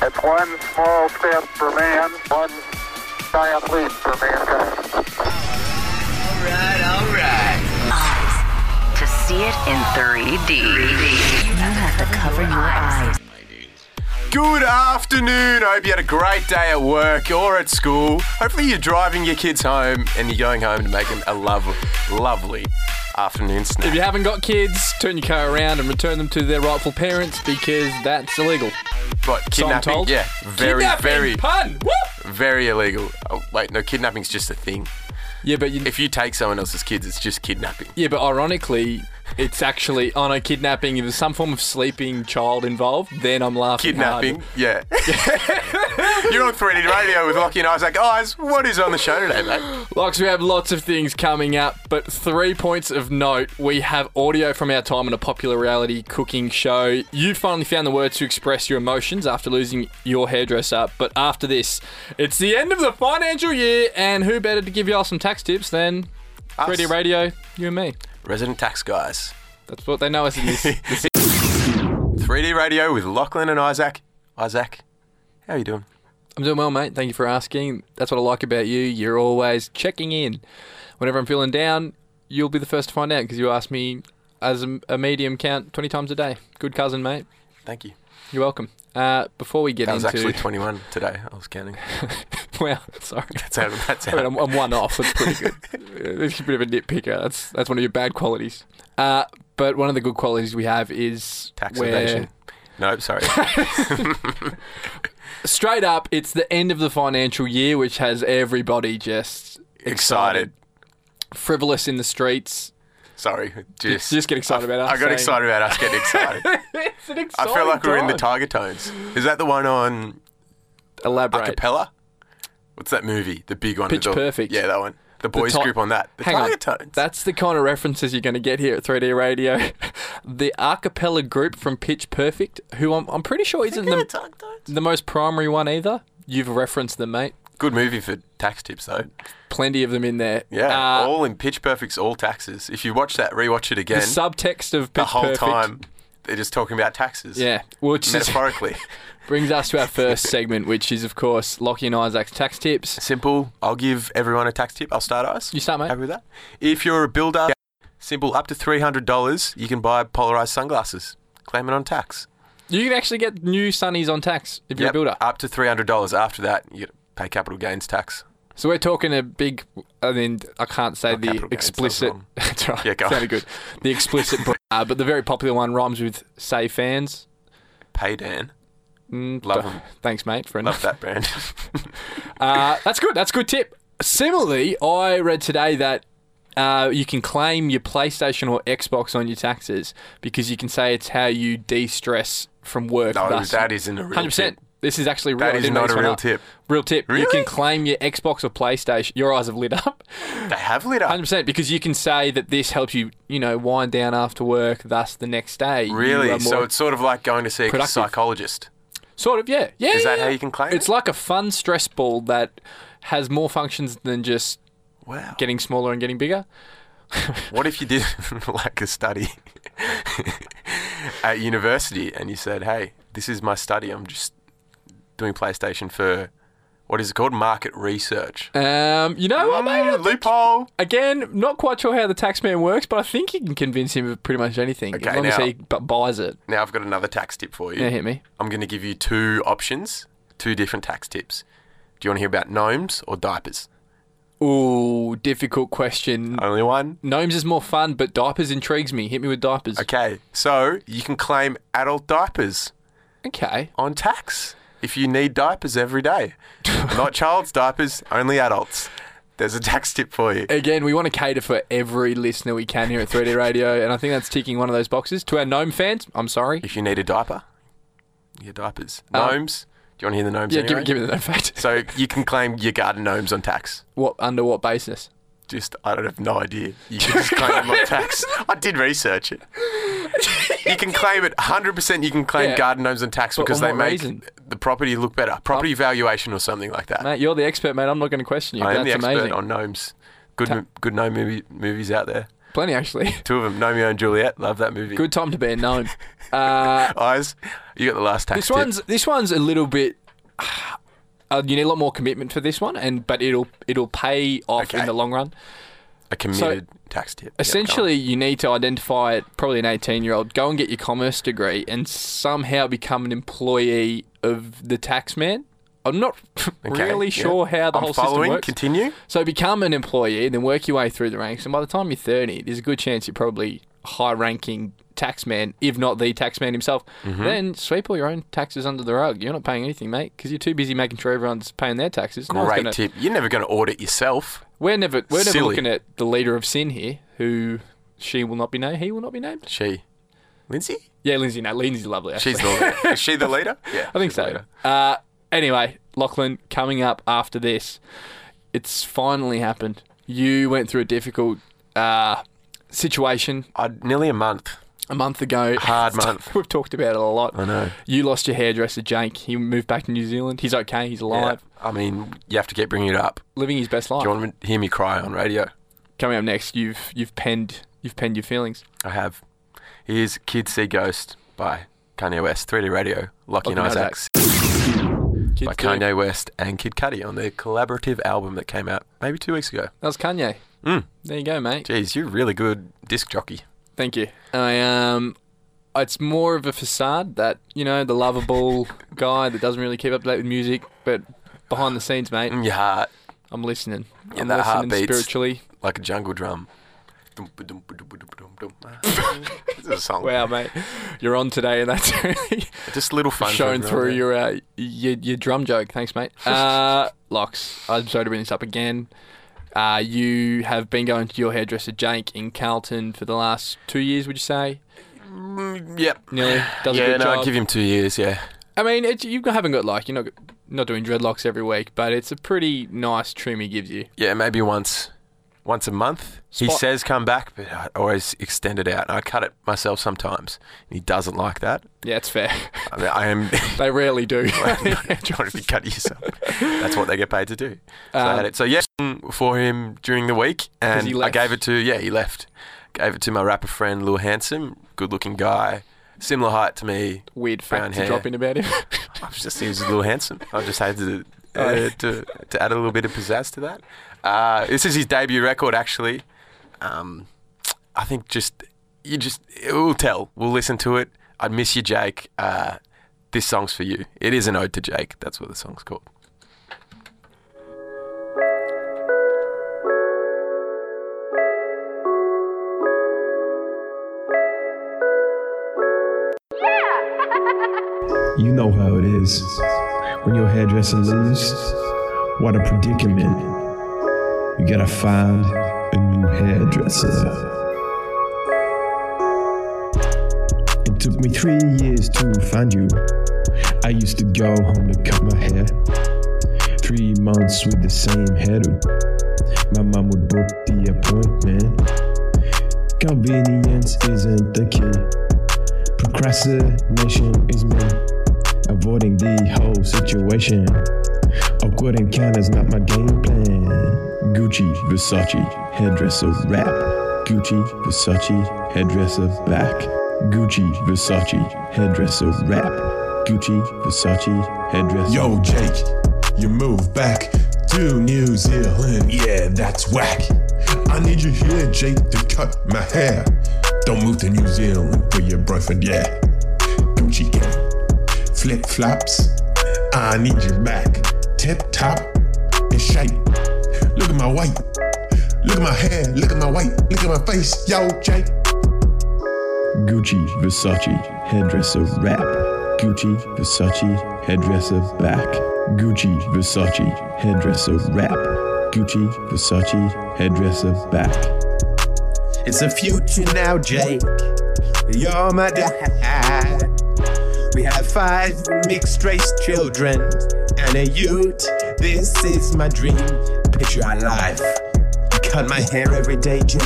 That's one small step for man, one giant leap for mankind. All right, all right. eyes. To see it in 3D, you have to cover your eyes. Good afternoon. I hope you had a great day at work or at school. Hopefully, you're driving your kids home and you're going home to make them a lovely, lovely afternoon If snack. you haven't got kids, turn your car around and return them to their rightful parents because that's illegal. What, kidnapping? told. Yeah, very, Kidnapping, very, pun. Woo! very illegal. Oh, wait, no, kidnapping's just a thing. Yeah, but you, If you take someone else's kids, it's just kidnapping. yeah, but ironically, it's actually on a kidnapping. If there's some form of sleeping child involved, then I'm laughing. hard. Kidnapping, yeah. You're on 3D radio with Lockie and Isaac. Guys, what is on the show today, mate? Locks, we have lots of things coming up, but three points of note. We have audio from our time on a popular reality cooking show. You finally found the words to express your emotions after losing your hairdresser, but after this, it's the end of the financial year, and who better to give y'all some tax tips than Us. 3D Radio, you and me? Resident tax guys. That's what they know us in this. this 3D radio with Lachlan and Isaac. Isaac, how are you doing? I'm doing well, mate. Thank you for asking. That's what I like about you. You're always checking in. Whenever I'm feeling down, you'll be the first to find out because you ask me as a, a medium count 20 times a day. Good cousin, mate. Thank you. You're welcome. Uh, before we get That was into, actually 21 today. I was counting. wow, sorry. That's how, that's I mean, how I'm, I'm one off. That's pretty good. It's a bit of a nitpicker. That's that's one of your bad qualities. Uh, but one of the good qualities we have is tax where- evasion. No, sorry. Straight up, it's the end of the financial year, which has everybody just excited. frivolous in the streets. Sorry. Just, Just get excited about us. I got saying- excited about us getting excited. It's an I exciting feel like we're in the time. Tiger Tones. Is that the one on Elaborate. Acapella? What's that movie? The big one. Pitch with the- Perfect. Yeah, that one. The The boys Ti- group on that. The Hang Tiger on. Tones. That's the kind of references you're going to get here at 3D Radio. the acapella group from Pitch Perfect, who I'm, I'm pretty sure isn't the, Tiger Tones. the most primary one either. You've referenced them, mate. Good movie for tax tips, though. Plenty of them in there. Yeah. Uh, all in Pitch Perfect's all taxes. If you watch that, rewatch it the again. subtext of Pitch the whole Perfect. time, they're just talking about taxes. Yeah, which is, Metaphorically. brings us to our first segment, which is, of course, Lockie and Isaac's tax tips. Simple. I'll give everyone a tax tip. I'll start us. You start, mate. Happy with that? If you're a builder, simple. Up to three hundred dollars, you can buy polarized sunglasses. Claim it on tax. You can actually get new sunnies on tax if you're Yep, a builder. Up to three hundred dollars. After that, you pay capital gains tax. So we're talking a big. I mean, I can't say Not the capital gains, that was explicit. wrong. That's right. Yeah, go on. Sounded good. The explicit, br- uh, but the very popular one rhymes with "say fans." Pay Dan. Mm, Love d- 'em. Thanks, mate, for Love enough. that brand. Uh, that's good. That's a good tip. Similarly, I read today that uh, you can claim your PlayStation or Xbox on your taxes because you can say it's how you de-stress from work. No, thus- that isn't a real Hundred percent. tip. This is actually real. That I is didn't make not this a one real up. tip. Real tip. You Really? can claim your Xbox or PlayStation. Your eyes have lit up. they have lit up. Hundred percent, because you can say that this helps you, you know, wind down after work. Thus, the next day, you Really? are So more- it's sort of like going to see a productive. psychologist. sort of yeah, yeah. Is yeah, that yeah. how you can claim It's it? like a fun stress ball that has more functions than just Wow. getting smaller and getting bigger. What if you did like a study at university and you said, "Hey, this is my study. I'm just doing PlayStation for what is it called? Market research." Um, you know what, mate? Mm, loophole. Again, not quite sure how the tax man works, but I think you can convince him of pretty much anything Okay, as long as now- he bu- buys it. Now I've got another tax tip for you. Yeah, hit me. I'm going to give you two options, two different tax tips. Do you want to hear about gnomes or diapers? Ooh, difficult question. Only one. Gnomes is more fun, but diapers intrigues me. Hit me with diapers. Okay, so you can claim adult diapers okay. on tax if you need diapers every day. Not child's diapers, only adults. There's a tax tip for you. Again, we want to cater for every listener we can here at 3D Radio, and I think that's ticking one of those boxes. To our gnome fans, I'm sorry. If you need a diaper, your diapers. Um, Gnomes. Do you want to hear the gnomes? Yeah, give, anyway? me- give me the gnome fact. So you can claim your garden gnomes on tax. What under what basis? Just I don't have no idea. You can just claim them on tax. I did research it. You can claim it 100%. You can claim Yeah. garden gnomes on tax But because on they what make reason? the property look better. Property valuation or something like that. Mate, you're the expert, mate. I'm not going to question you. I am that's the expert amazing. on gnomes. Good, mo- good gnome movie, movies out there. Plenty, actually. Two of them, Romeo and Juliet. Love that movie. Good time to be a gnome. Uh, Eyes, you got the last tax this tip. one's this one's a little bit. Uh, you need a lot more commitment for this one, and but it'll it'll pay off Okay. in the long run. a committed tax tip. Yep, go on. Essentially, you need to identify probably an 18 year old, go and get your commerce degree, and somehow become an employee of the tax man. I'm not Okay, really yeah. sure how the I'm whole following. system works. Continue. so become an employee, then work your way through the ranks, and by the time you're 30, there's a good chance you're probably high ranking tax man, if not the tax man himself. Mm-hmm. Then sweep all your own taxes under the rug. You're not paying anything, mate, because you're too busy making sure everyone's paying their taxes. No one's Great gonna- tip. You're never going to audit yourself. we're never we're never Silly. looking at the leader of sin here, who she will not be named. He will not be named. She, Lindsay. Yeah, Lindsay. No, Lindsay's lovely. Actually. She's the. is she the leader? Yeah, I think so. Uh, anyway, Lachlan, coming up after this, it's finally happened. You went through a difficult uh, situation i nearly a month. a month ago. Hard month. We've talked about it a lot. I know. You lost your hairdresser, Jake. He moved back to New Zealand. He's okay. He's alive, Yeah. I mean, you have to keep bringing it up. living his best life. Do you want to hear me cry on radio? coming up next, you've you've penned you've penned your feelings. I have. Here's Kids See Ghost by Kanye West, 3D Radio, Lockie Lachlan and Isaacs Kids by do. Kanye West and Kid Cudi on their collaborative album that came out maybe two weeks ago. That was Kanye. Mm. There you go, mate. Geez, you're a really good disc jockey. Thank you. I um, it's more of a facade that you know the lovable guy that doesn't really keep up to date with music, but behind the scenes, mate, In your heart, I'm listening. Mm. Yeah, I'm that listening heartbeats. spiritually. like a jungle drum. this is a song. Wow, mate, you're on today, and that's really Just little fun. for shown everyone, through yeah. your, uh, your your drum joke. Thanks, mate. Uh, Locks, I'm sorry to bring this up again. Uh, you have been going to your hairdresser Jake in Carlton for the last two years, would you say? Mm, Yep. Nearly does a yeah, good no, job. I'd give him two years, yeah. I mean, it's, you haven't got like you're not not doing dreadlocks every week, but it's a pretty nice trim he gives you. Yeah, maybe once once a month. he Spot- says come back, but I always extend it out. And I cut it myself sometimes. And he doesn't like that. Yeah, it's fair. I, mean, I am they rarely do. trying to cut yourself. That's what they get paid to do. So I Um, had it. So yeah, for him during the week, and he I left. gave it to yeah, he left. Gave it to my rapper friend Lil Handsome, good looking guy, similar height to me. Weird Brown fact to hair. drop in about him. I was just he was a little handsome. I just had to Oh, uh, to to add a little bit of pizzazz to that. Uh, this is his debut record, actually. Um, I think just you just it will tell. We'll listen to it. I miss you, Jake. Uh, this song's for you. It is an ode to Jake. That's what the song's called. You know how it is. When your hairdresser leaves, what a predicament. You gotta find a new hairdresser. It took me three years to find you. I used to go home to cut my hair. Three months with the same hairdo. My mom would book the appointment. Convenience isn't the key. Procrastination is me. Avoiding the whole situation. Awkward encounter's not my game plan. Gucci, Versace, hairdresser rap. Gucci, Versace, hairdresser back. Gucci, Versace, hairdresser rap. Gucci, Versace, hairdresser. Yo, Jake, you move back to New Zealand. Yeah, that's whack. I need you here, Jake, to cut my hair. Don't move to New Zealand for your boyfriend, yeah. Gucci gang, flip flops. I need you back. Tip top and shape. Look at my white. Look at my hair. Look at my white. Look at my face. Yo, Jake. Gucci, Versace, hairdresser rap. Gucci, Versace, hairdresser back. Gucci, Versace, hairdresser rap. Gucci, Versace, hairdresser back. It's the future now, Jake. You're my dad. We have five mixed race children and a ute. This is my dream. Picture our life. You cut my hair every day, Jake.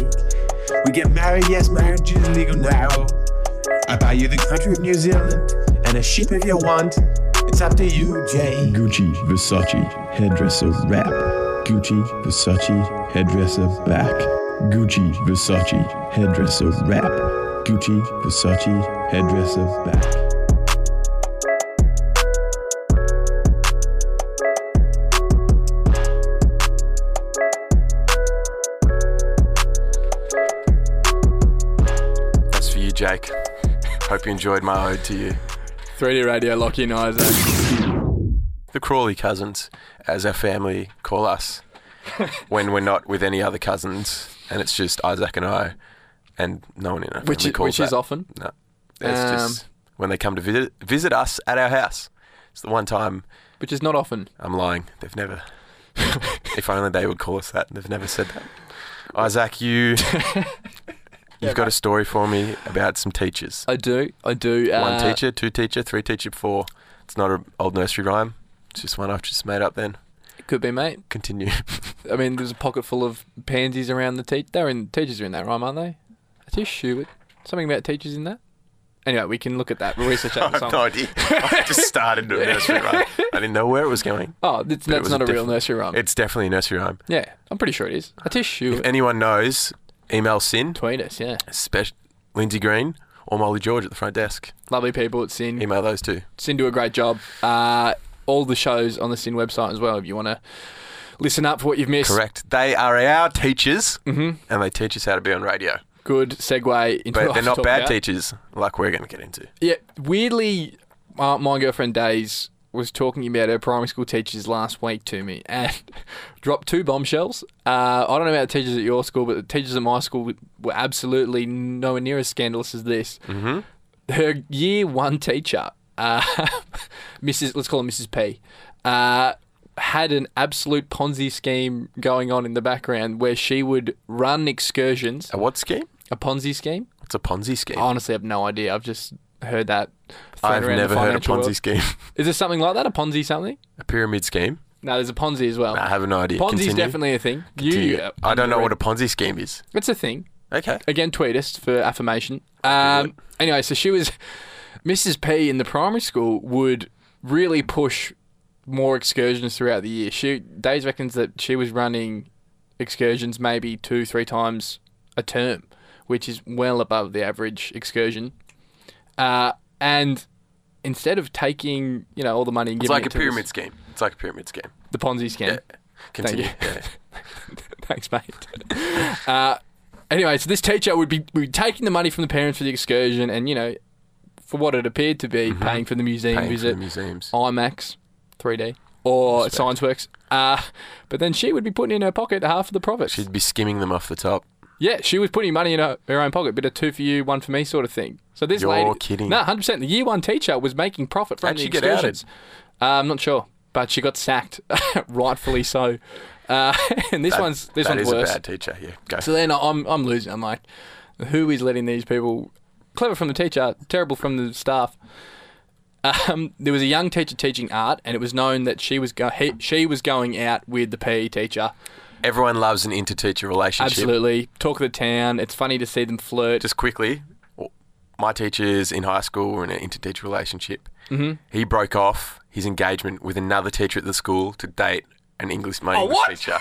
We get married, yes, marriage is legal now. I buy you the country of New Zealand and a sheep if you want. It's up to you, Jake. Gucci, Versace, hairdresser rap. Gucci, Versace, hairdresser back. Gucci, Versace, headdress of rap. Gucci, Versace, headdress of back. That's for you, Jake. Hope you enjoyed my ode to you. 3D radio, lock in, Isaac. The Crawley cousins, as our family call us, when we're not with any other cousins, and it's just Isaac and I, and no one in our family Which, i- calls which is that. often. No, it's Um, just when they come to visit visit us at our house. It's the one time Which is not often. I'm lying. They've never. if only they would call us that. They've never said that. Isaac, you. You've got a story for me about some teachers. I do. I do. Uh, one teacher, two teacher, three teacher, four. It's not an old nursery rhyme. It's just one I've just made up. Then Could be, mate. continue. I mean, there's a pocket full of pansies around the teacher. They're in teachers are in that rhyme, aren't they? I just shoe it. Something about teachers in that. Anyway, we can look at that. We'll research I that. have song. no idea. I just started a nursery rhyme. I didn't know where it was going. Oh, that's, it that's was not a a real different- nursery rhyme. It's definitely a nursery rhyme. yeah, I'm pretty sure it is. I just shoe it. Anyone knows? Email Sin, Tweet us, yeah. special Lindsay Green, or Molly George at the front desk. Lovely people at Sin. Email those two. Sin do a great job. Uh, all the shows on the Sin website as well. If you want to listen up for what you've missed, Correct. They are our teachers, and they teach us how to be on radio. good segue But into Mm-hmm. what I they're was not talking bad about. teachers, like we're going to get into. Yeah, weirdly, uh, my girlfriend Days was talking about her primary school teachers last week to me and dropped two bombshells. Uh, I don't know about the teachers at your school, but the teachers at my school were absolutely nowhere near as scandalous as this. Mm-hmm. Her year one teacher, uh, Mrs. Let's call her Mrs. P. Uh, had an absolute Ponzi scheme going on in the background where she would run excursions, A what scheme? a Ponzi scheme, It's a Ponzi scheme. I honestly have no idea. I've just heard that. thrown I've around the never heard of financial Ponzi world. scheme. Is there something like that? A Ponzi something? a pyramid scheme? No, there's a Ponzi as well. I have no idea. Ponzi's Continue. definitely a thing. You, Continue. I don't know what a Ponzi scheme is. It's a thing. Okay. Again, tweet us for affirmation. Um, anyway, so she was Mrs. P in the primary school would really push more excursions throughout the year. She Days reckons that she was running excursions maybe two, three times a term, which is well above the average excursion. Uh, and instead of taking, you know, all the money and It's giving like it a to this- pyramid scheme. It's like a pyramid scheme. the Ponzi scheme. Yeah. Continue. you. Yeah. Thanks, mate. Uh, anyway, so this teacher would be, would be taking the money from the parents for the excursion and, you know, for what it appeared to be, paying for the museum Mm-hmm. Paying for visit, the museums. Oh, IMAX 3D, or ScienceWorks. Uh, but then she would be putting in her pocket half of the profits. She'd be skimming them off the top. yeah, she was putting money in her, her own pocket, bit of two for you, one for me sort of thing. So this You're lady. kidding. No, 100%. The year one teacher was making profit from How'd the she get outed? excursions. Uh, I'm not sure, but she got sacked, rightfully so. Uh, and this That- one's this that one's is worse. a bad teacher. Yeah. Go. So then I'm I'm losing. I'm like, who is letting these people? Clever from the teacher, terrible from the staff. Um, there was a young teacher teaching art, and it was known that she was go- he, she was going out with the PE teacher. Everyone loves an inter-teacher relationship. Absolutely, talk of the town. It's funny to see them flirt. just quickly, my teachers in high school were in an interteacher relationship. Mm-hmm. He broke off his engagement with another teacher at the school to date an English my English what? teacher.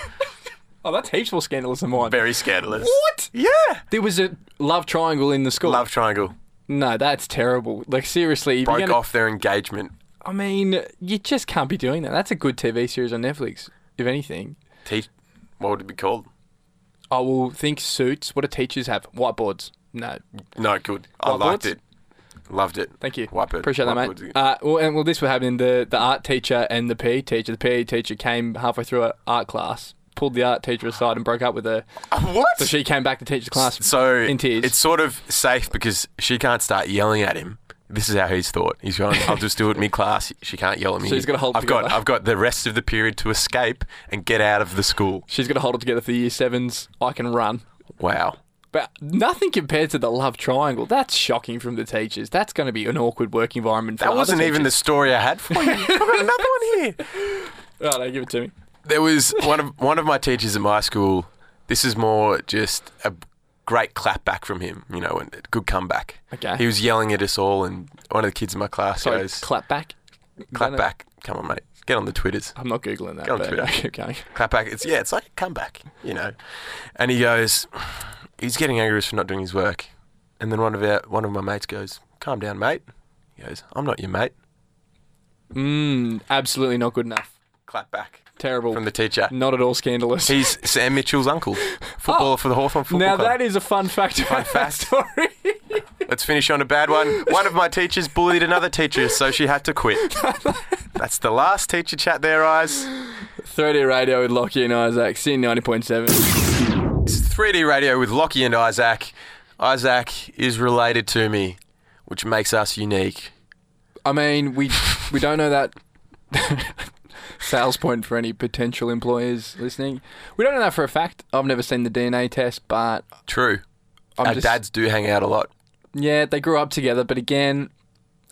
oh, that's heaps more scandalous than mine. Very scandalous. What? Yeah. There was a love triangle in the school. Love triangle No, that's terrible. Like seriously, if you're broke gonna- off their engagement. I mean, you just can't be doing that. That's a good TV series on Netflix, if anything. Te- what would it be called? I will think suits. What do teachers have? Whiteboards. No, No, good. I Whiteboards? liked it. Loved it. thank you. Whiteboard. Appreciate that, Whiteboard's mate. good. Uh, well, and well, this was happening. The the art teacher and the PE teacher. The PE teacher came halfway through an art class, pulled the art teacher aside, and broke up with her. what? So she came back to teach the class. So in tears. it's sort of safe because she can't start yelling at him. This is how he's thought. He's going, I'll just do it mid class. She can't yell at me. So he's gotta hold it I've got together. I've got the rest of the period to escape and get out of the school. She's gonna hold it together for the year sevens. I can run. Wow. But nothing compared to the love triangle. That's shocking from the teachers. That's going to be an awkward work environment. For That other wasn't even the teachers. story I had for you. I've got another one here. Oh, no, give it to me. There was one of one of my teachers at my school. This is more just a great clap back from him, you know, and a good comeback. Okay. He was yelling at us all and one of the kids in my class Sorry, goes, clap back. clap back, Come on, mate. Get on the Twitters. I'm not googling that. Go on but Twitter. I keep going. Clapback. It's yeah. It's like a comeback, you know. And he goes, he's getting angry at us for not doing his work. And then one of our one of my mates goes, "Calm down, mate." He goes, "I'm not your mate." Mm, absolutely not good enough. Clap back Terrible. from the teacher. not at all scandalous. He's Sam Mitchell's uncle, footballer Oh. for the Hawthorn Football now Club. that is a fun fact. Fun fact. Story. Let's finish on a bad one. One of my teachers bullied another teacher, so she had to quit. That's the last teacher chat there, eyes. 3D radio with Lockie and Isaac. C ninety point seven. 3D radio with Lockie and Isaac. Isaac is related to me, which makes us unique. I mean, we we don't know that sales point for any potential employers listening. We don't know that for a fact. I've never seen the DNA test, but True. I'm Our just, dads do hang out a lot. yeah, they grew up together. But again,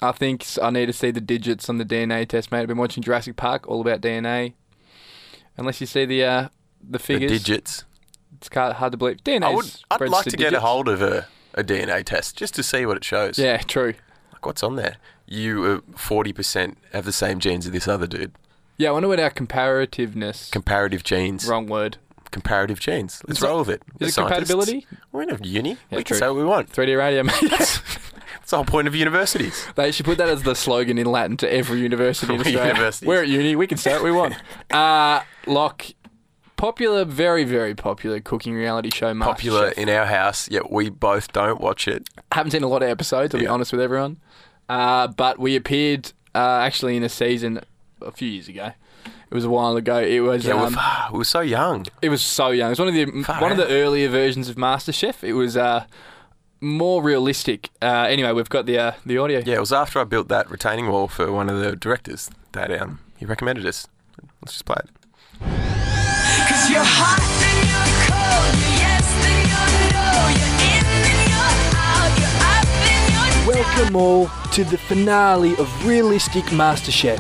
I think s- I need to see the digits on the DNA test, mate. I've been watching Jurassic Park, all about DNA. Unless you see the uh, the The figures, digits. it's ca- hard to believe. DNA. I would. I'd like to get a hold of a, a DNA test just to see what it shows. Yeah, true. Like what's on there? You uh, forty percent have the same genes as this other dude. Yeah, I wonder what our comparativeness. Comparative genes. wrong word. Comparative genes. Let's Is it- roll with it. Is We're it scientists. compatibility? We're in a uni. we can true. say what we want. 3D radio, mate. That's the whole point of universities. They should put that as the slogan in Latin to every university in Every Australia. university. We're at uni, we can say what we want. uh, Locke, popular, very, very popular cooking reality show, MasterChef. Popular in our house, yet we both don't watch it. Haven't seen a lot of episodes, I'll be Yeah. honest with everyone. Uh, but we appeared uh, actually in a season a few years ago. It was a while ago. It was Yeah, um, we're, far, we're so young. it was so young. It was one of the Far one of the out. earlier versions of MasterChef. It was uh, more realistic. Uh, anyway, we've got the uh, the audio. Yeah, it was after I built that retaining wall for one of the directors that um, he recommended us. Let's just play it. Cause you're hot, then you're cold, you're yes, then you're no, you're in, then you're out, you're up, then you're Welcome all to the finale of Realistic MasterChef.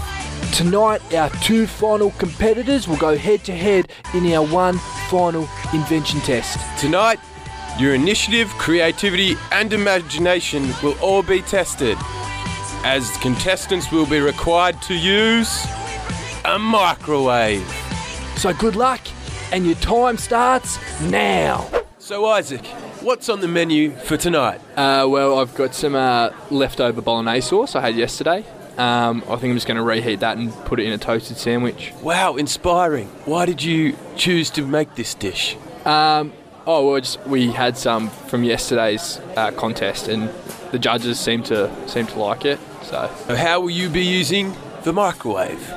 Tonight, our two final competitors will go head to head in our one final invention test. Tonight, your initiative, creativity, and imagination will all be tested, as contestants will be required to use a microwave. So good luck, and your time starts now. So, Isaac, what's on the menu for tonight? Uh, well, I've got some uh, leftover bolognese sauce I had yesterday. Um, I think I'm just going to reheat that and put it in a toasted sandwich. Wow, inspiring. Why did you choose to make this dish? Um, oh, well, just, we had some from yesterday's uh, contest, and the judges seem to seem to like it. So, How will you be using the microwave?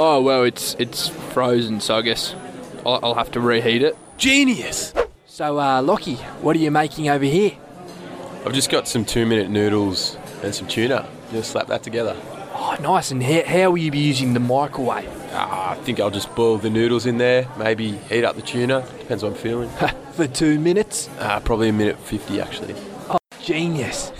oh well, it's it's frozen, so I guess I'll, I'll have to reheat it. Genius! So, uh, Lockie, what are you making over here? I've just got some two minute noodles and some tuna. Just slap that together. Oh, nice, and how, how will you be using the microwave? Ah, I think I'll just boil the noodles in there, maybe heat up the tuna. Depends what I'm feeling. For two minutes? Ah, probably a minute 50 actually. Genius.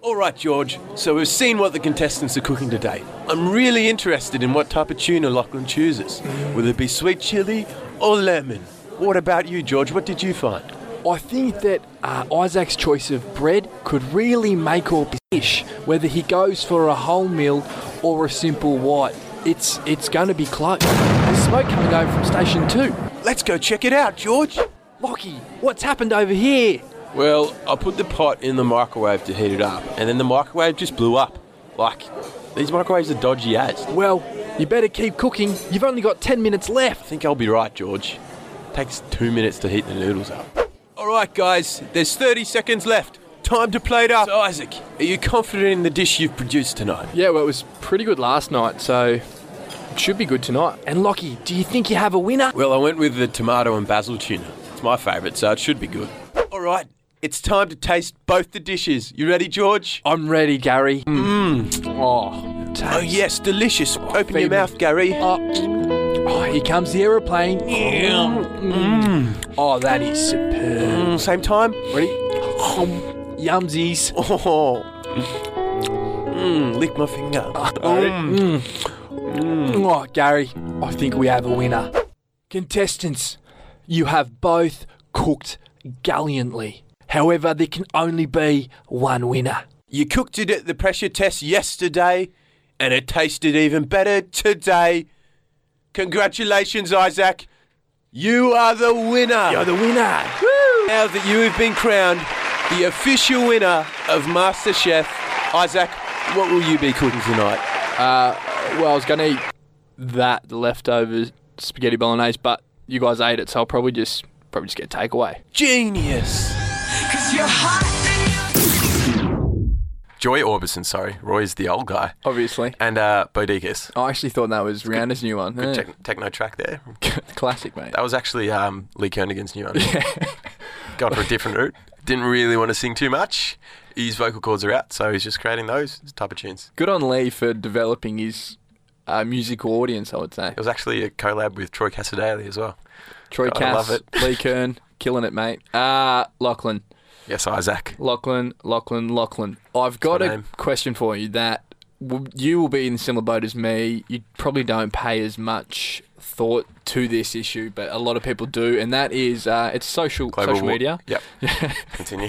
All right, George. So we've seen what the contestants are cooking today. I'm really interested in what type of tuna Lachlan chooses. Will it be sweet chili or lemon? What about you, George? What did you find? I think that uh, Isaac's choice of bread could really make or dish, whether he goes for a whole meal or a simple white. It's it's going to be close. There's smoke coming over from station two. Let's go check it out, George. Lockie, what's happened over here? Well, I put the pot in the microwave to heat it up, and then the microwave just blew up. Like, these microwaves are dodgy as. I Well, you better keep cooking. You've only got ten minutes left. think I'll be right, George. takes two minutes to heat the noodles up. All right, guys, there's 30 seconds left. Time to plate up. So, Isaac, are you confident in the dish you've produced tonight? Yeah, well, it was pretty good last night, so it should be good tonight. And Lockie, do you think you have a winner? Well, I went with the tomato and basil tuna. It's my favourite, so it should be good. All right, it's time to taste both the dishes. You ready, George? I'm ready, Gary. Mm. Oh, Oh, yes, delicious. Open Feed your me. mouth, Gary. Oh, here comes the aeroplane. Mm. Oh, that is superb. Mm, Same time. Ready? Yumsies. Oh. Mm, lick my finger. Oh, Gary, I think we have a winner. Contestants, you have both cooked gallantly. However, there can only be one winner. You cooked it at the pressure test yesterday, and it tasted even better today. Congratulations, Isaac. You are the winner. You're the winner. now that you have been crowned the official winner of MasterChef. Isaac, what will you be cooking tonight? Well, I was going to eat that the leftover spaghetti bolognese, but you guys ate it, so I'll probably just probably just get takeaway. Genius. Cause you're hot and you're Joy Orbison, sorry. Roy's the old guy. Obviously, And uh, Bodegas. I actually thought that was Rihanna's new one. Yeah. Tech techno track there. Classic, mate. That was actually um, Lee Kernighan's new one. Gone for a different route. Didn't really want to sing too much. His vocal cords are out, so he's just creating those type of tunes. Good on Lee for developing his uh, musical audience. I would say It was actually a collab with Troy Cassidaly as well. Troy God, I Cass, love Lee Kern, killing it, mate. Uh Lachlan, Yes, Isaac. Lachlan, Lachlan, Lachlan. I've got my a name. question for you that w- you will be in a similar boat as me. You probably don't pay as much thought to this issue, but a lot of people do, and that is uh, it's social Global social wa- media. Yep. Continue.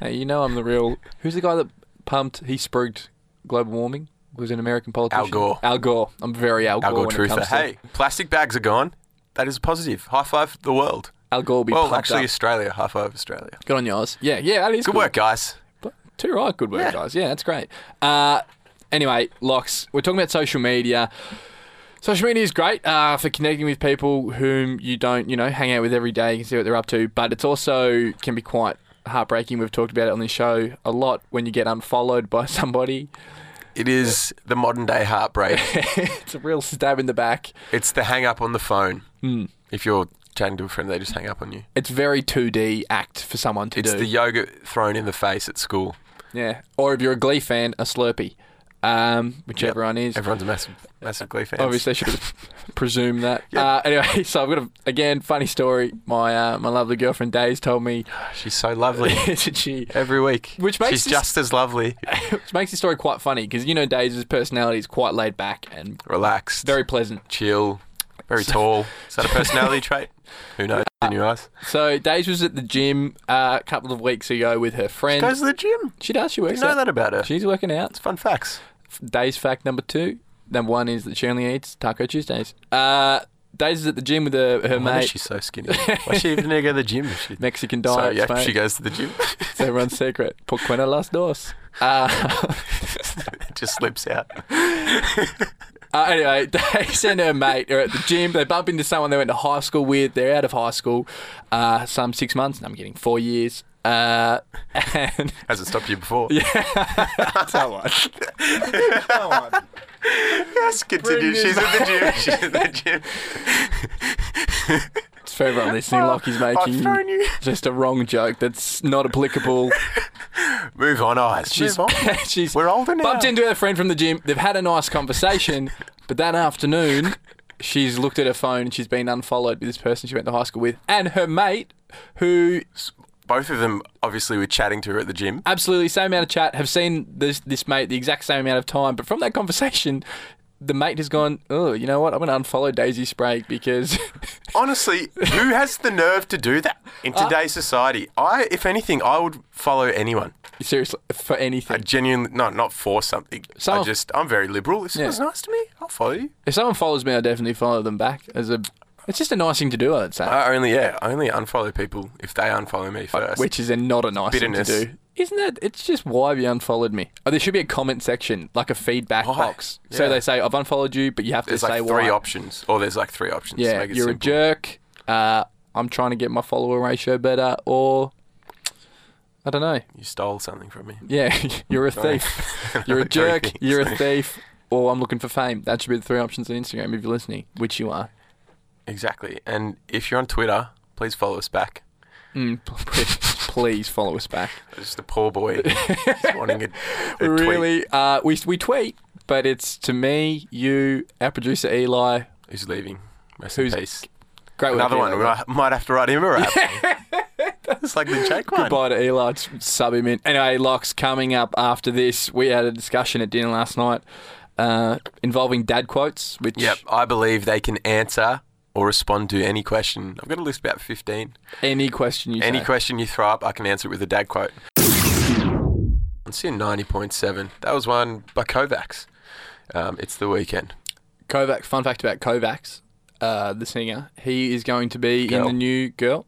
Hey, you know I'm the real. Who's the guy that pumped? He sprugged global warming. Was an American politician. Gore. Al Gore. I'm very Al Gore. Al Gore when it truther. comes to- Hey, plastic bags are gone. That is a positive. High five the world. Al Gore will be well, pumped actually, up. Australia. High five Australia. Good on yours. Yeah, yeah, that is Good work, guys. Too right, good work, Yeah. guys. Yeah, that's great. Uh, anyway, Locks, we're talking about social media. Social media is great uh, for connecting with people whom you don't, you know, hang out with every day. You can see what they're up to, but it's also can be quite heartbreaking. We've talked about it on this show a lot when you get unfollowed by somebody. It is the modern day heartbreak. It's a real stab in the back. it's the hang up on the phone. Hmm. If you're chatting to a friend, they just hang up on you. It's very 2D act for someone to It's do. the yoga thrown in the face at school. yeah. Or if you're a Glee fan, a Slurpee, um, which everyone is. Everyone's a massive, massive Glee fan. Obviously, I should have presumed that. Uh, anyway, so I've got a, again funny story. My uh, my lovely girlfriend Days told me she's so lovely that she, every week. Which makes she's this- just as lovely, which makes the story quite funny because you know Days' personality is quite laid back and relaxed, very pleasant. chill, very tall. Is that a personality trait? Who knows? In your eyes, So Days was at the gym uh, a couple of weeks ago with her friend. goes to the gym. she does. She You works. know out. that about her. She's working out. It's fun facts. Days fact number two. Number one is that she only eats Taco Tuesdays. Uh, Days is at the gym with her, her Why is mate. she so skinny? Why she even go to the gym? If she, Mexican so, diet. yeah, she goes to the gym. It's everyone's secret. Por cuenta las dos. Uh, it just slips out. Uh, anyway, Daisy and her mate are at the gym. They bump into someone they went to high school with. They're out of high school, uh, some six months. No, I'm getting four years. Uh, and Hasn't stopped you before. someone. Yes, continue. Bring She's at the gym. She's at the gym. It's for everyone listening. Lockie's I've making thrown you. just a wrong joke that's not applicable. Move on, eyes. She's, Move on. she's We're older now. bumped into her friend from the gym. They've had a nice conversation, but that afternoon, she's looked at her phone and she's been unfollowed by this person she went to high school with and her mate, who Both of them obviously were chatting to her at the gym. absolutely same amount of chat, have seen this this mate the exact same amount of time, but from that conversation, the mate has gone, oh, you know what? I'm going to unfollow Daisy Sprague because Honestly, who has the nerve to do that in Uh, today's society? I, if anything, I would follow anyone. seriously, for I anything, genuinely, no, not for something. Some I of- just, I'm very liberal. If someone's Yeah. nice to me, I'll follow you. if someone follows me, I definitely follow them back. As a, it's just a nice thing to do, I'd say, I only, yeah, I only unfollow people if they unfollow me first. uh, which is a not a nice Bitterness. thing to do. Isn't that? It's just why have you unfollowed me? Oh, there should be a comment section, like a feedback Why? box. So Yeah. they say I've unfollowed you, but you have to there's say like why. three options, or there's like three options. to yeah, make it you're a simple. jerk. Uh, I'm trying to get my follower ratio better, or I don't know. You stole something from me. Yeah, you're a Sorry. thief. You're a Like three jerk. things. You're a thief. Or I'm looking for fame. That should be the three options on Instagram if you're listening, which you are. Exactly. And if you're on Twitter, please follow us back. Mm, p- please, please follow us back. Just a poor boy just wanting a, a tweet. Really, uh, we we tweet, but it's to me, you, our producer Eli. Who's leaving? Rest Who's- oh, in peace. Great Another work, one. We Eli. might- might have to write him a rap. That's like the Jake one. Goodbye to Eli. Just Sub him in. Anyway, Locks coming up after this. We had a discussion at dinner last night uh, involving dad quotes, which Yep, I believe they can answer or respond to any question. I've got a list about 15. any question you Any say. question you throw up, I can answer it with a dad quote. I'm seeing 90.7. That was one by Kovacs. Um, it's the weekend. Kovac, fun fact about Kovacs, uh, the singer, he is going to be in Girl. the new girl.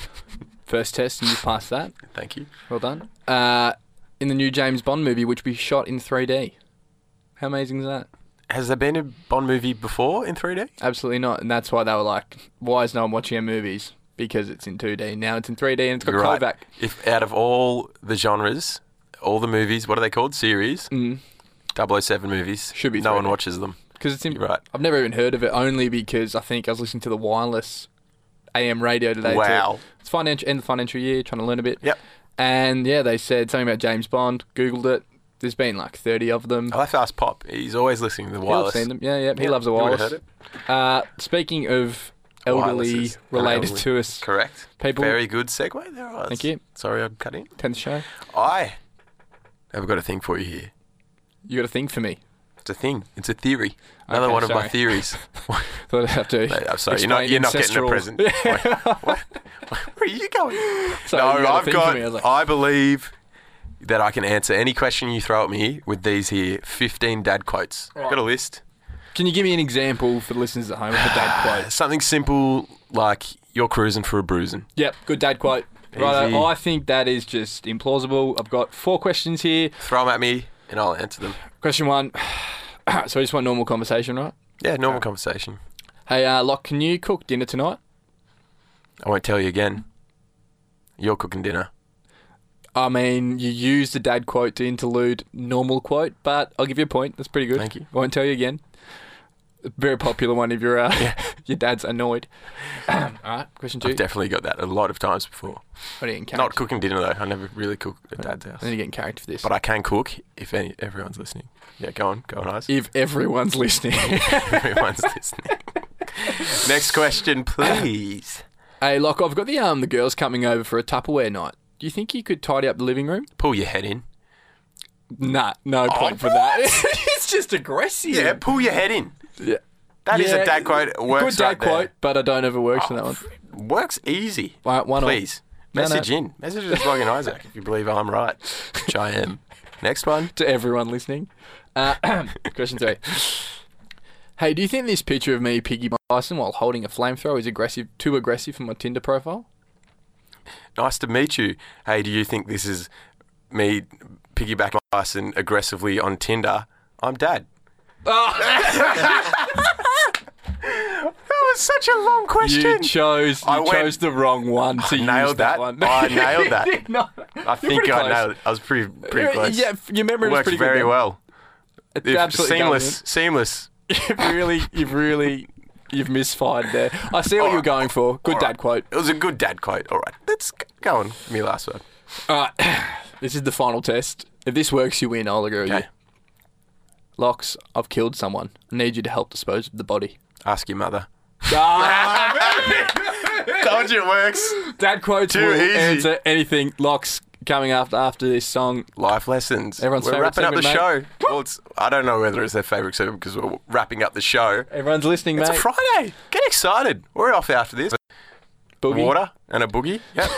First test, and you passed that. Thank you. Well done. Uh, in the new James Bond movie, which we shot in 3D. How amazing is that? Has there been a Bond movie before in 3D? Absolutely not. And that's why they were like, why is no one watching our movies? Because it's in 2D. Now it's in 3D and it's got You're right. Kovac. If out of all the genres, all the movies, what are they called? Series. Mm. 007 movies. Should be No 3D. one watches them. Because it's in, You're right. I've never even heard of it, only because I think I was listening to the wireless AM radio today. to- Wow. it's financial end of financial year, trying to learn a bit. Yep. And yeah, they said something about James Bond. Googled it. There's been like 30 of them. I'll have to ask Pop. He's always listening to the He'll have Oh, wireless. seen them. Yeah, yeah. He Yeah, loves a you would've wireless. heard Uh, speaking of elderly Wirelesses. related Elderly. to us, Correct. People- Very good segue there. I was. Thank you. Sorry, I cut in. 10th show, I have got a thing for you here. you got a thing for me. It's a thing. It's a theory. Another Okay, one of my sorry. theories. Thought I'd have to. Mate, I'm sorry, you're not, explain you're not getting a ancestral- present. Wait, what? Where are you going? Sorry, you no, got a I've thing for got. me, I was like- I believe that I can answer any question you throw at me with these here 15 dad quotes. I've Got a list. Can you give me an example for the listeners at home of a dad quote? Something simple like you're cruising for a bruising. Yep, good dad quote. Easy. Right, I think that is just implausible. I've got four questions here. Throw them at me and I'll answer them. Question one. so we just want normal conversation, right? Yeah, normal conversation. Hey, uh, Locke, can you cook dinner tonight? I won't tell you again. You're cooking dinner. I mean, you used the dad quote to interlude normal quote, but I'll give you a point. That's pretty good. Thank you. Won't tell you again. Very popular one if your uh, your dad's annoyed. All right, question two. I've definitely got that a lot of times before. what are you getting Not cooking dinner though. I never really cook at dad's house. Then you're getting character for this. But I can cook if any, everyone's listening. Yeah, go on, go on, eyes. if everyone's listening, Everyone's listening. Next question, please. hey Locke, I've got the um the girls coming over for a Tupperware night. Do you think you could tidy up the living room? Pull your head in. Nah, no point for that. it's Oh, just aggressive. Yeah, pull your head in. Yeah. That is Yeah, a dad quote. It Works Good dad right there. Oh, quote, but I don't overwork on that one. Works easy. All right, one all. please. No, no. Message in. Message us Logan Isaac if you believe I'm right, which I am. Next one. to everyone listening. Uh, question three. Hey, do you think this picture of me Piggy Bison while holding a flamethrower is aggressive, too aggressive for my Tinder profile? Nice to meet you. Hey, do you think this is me piggyback my ass and aggressively on Tinder? I'm dad. Oh. that was such a long You question. chose, you I went- chose the wrong one to use nailed that, that. one. I nailed that. You did not. I think pretty I close. nailed it. I was pretty pretty close. Yeah, f- your memory was worked pretty very good. well. It's If- absolutely seamless, seamless. You've really, you've really, you've misfired there. I see what All you're right. going for. Good All dad right. quote. It was a good dad quote. All right, let's g- go on. Me last word. All right, this is the final test. If this works, you win. I'll agree with Okay. you. Locks, I've killed someone. I need you to help dispose of the body. Ask your mother. Ah, Told you it works. dad quotes Too will easy. answer anything. Locks coming after after this song. Life lessons. Everyone's we're favourite wrapping up the segment, show. Well, it's, I don't know whether it's their favourite segment because we're wrapping up the show. Everyone's listening, It's a mate. Friday. Get excited. We're off after this. Boogie. Water and a boogie. Yep.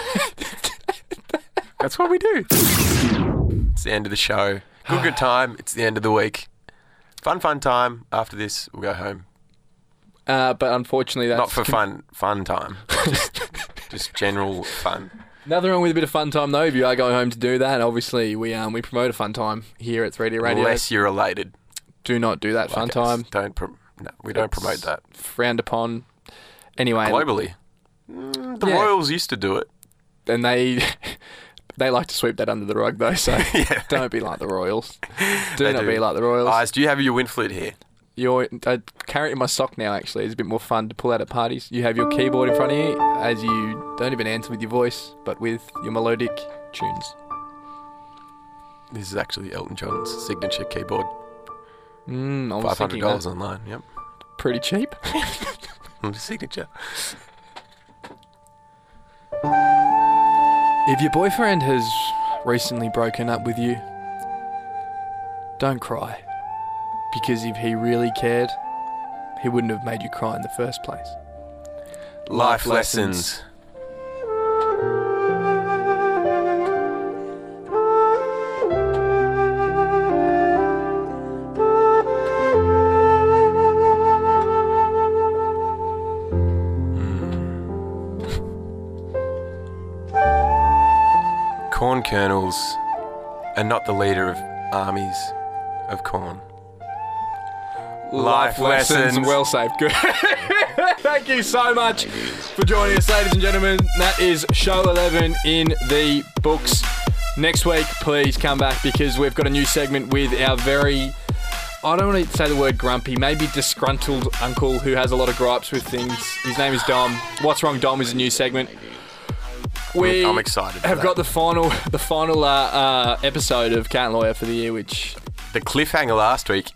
That's what we do. It's the end of the show. Good, good time. It's the end of the week. Fun, fun time. After this, we'll go home. Uh, but unfortunately, that's Not for fun, fun time. Just, just general fun. nothing wrong with a bit of fun time though. If you are going home to do that, obviously we um we promote a fun time here at 3D Radio. Unless you're related. Do not do that fun Like, time. Don't prom- no, we don't promote that Frowned upon. Anyway, globally. Mm, the Yeah. Royals used to do it. and they they like to sweep that under the rug though. So don't be like the Royals. Do They not do. be like the Royals. Eyes, do you have your wind flute here? your I carry it in my sock now. Actually, it's a bit more fun to pull out at parties. You have your keyboard in front of you as you don't even answer with your voice, but with your melodic tunes. This is actually Elton John's signature keyboard. Mm, I was Five hundred thinking dollars that's online. Yep, pretty cheap. Mm, signature. if your boyfriend has recently broken up with you, don't cry, because if he really cared, he wouldn't have made you cry in the first place. Life, Life lessons. Hmm. lessons. colonels are not the leader of armies of corn. Life lessons. Well saved. Good. Thank you so much for joining us, ladies and gentlemen. That is show 11 in the books. Next week, please come back because we've got a new segment with our very, I don't want to say the word grumpy, maybe disgruntled uncle who has a lot of gripes with things. His name is Dom. What's Wrong Dom is a new segment. We I'm excited for Have that. got the final, the final uh, uh, episode of Cat Lawyer for the year, which The cliffhanger last week.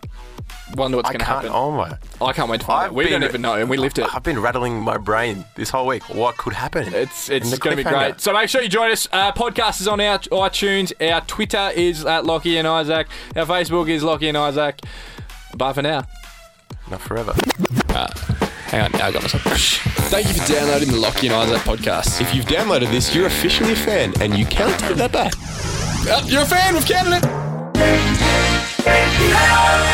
wonder what's I going to can't. happen. Oh my! I can't wait to find I've out. We don't been- even know, and we lived it. I've been rattling my brain this whole week. What could happen? It's And it's the going to be cliffhanger. great. So make sure you join us. Our podcast is on our iTunes. Our Twitter is at Lockie and Isaac. Our Facebook is Lockie and Isaac. Bye for now. Not forever. Uh, Hang on, now I got myself. Thank you for downloading the Lockie and Isaac podcast. If you've downloaded this, you're officially a fan, and you can't take that back. Uh, If you're a fan, we've counted it. Hello.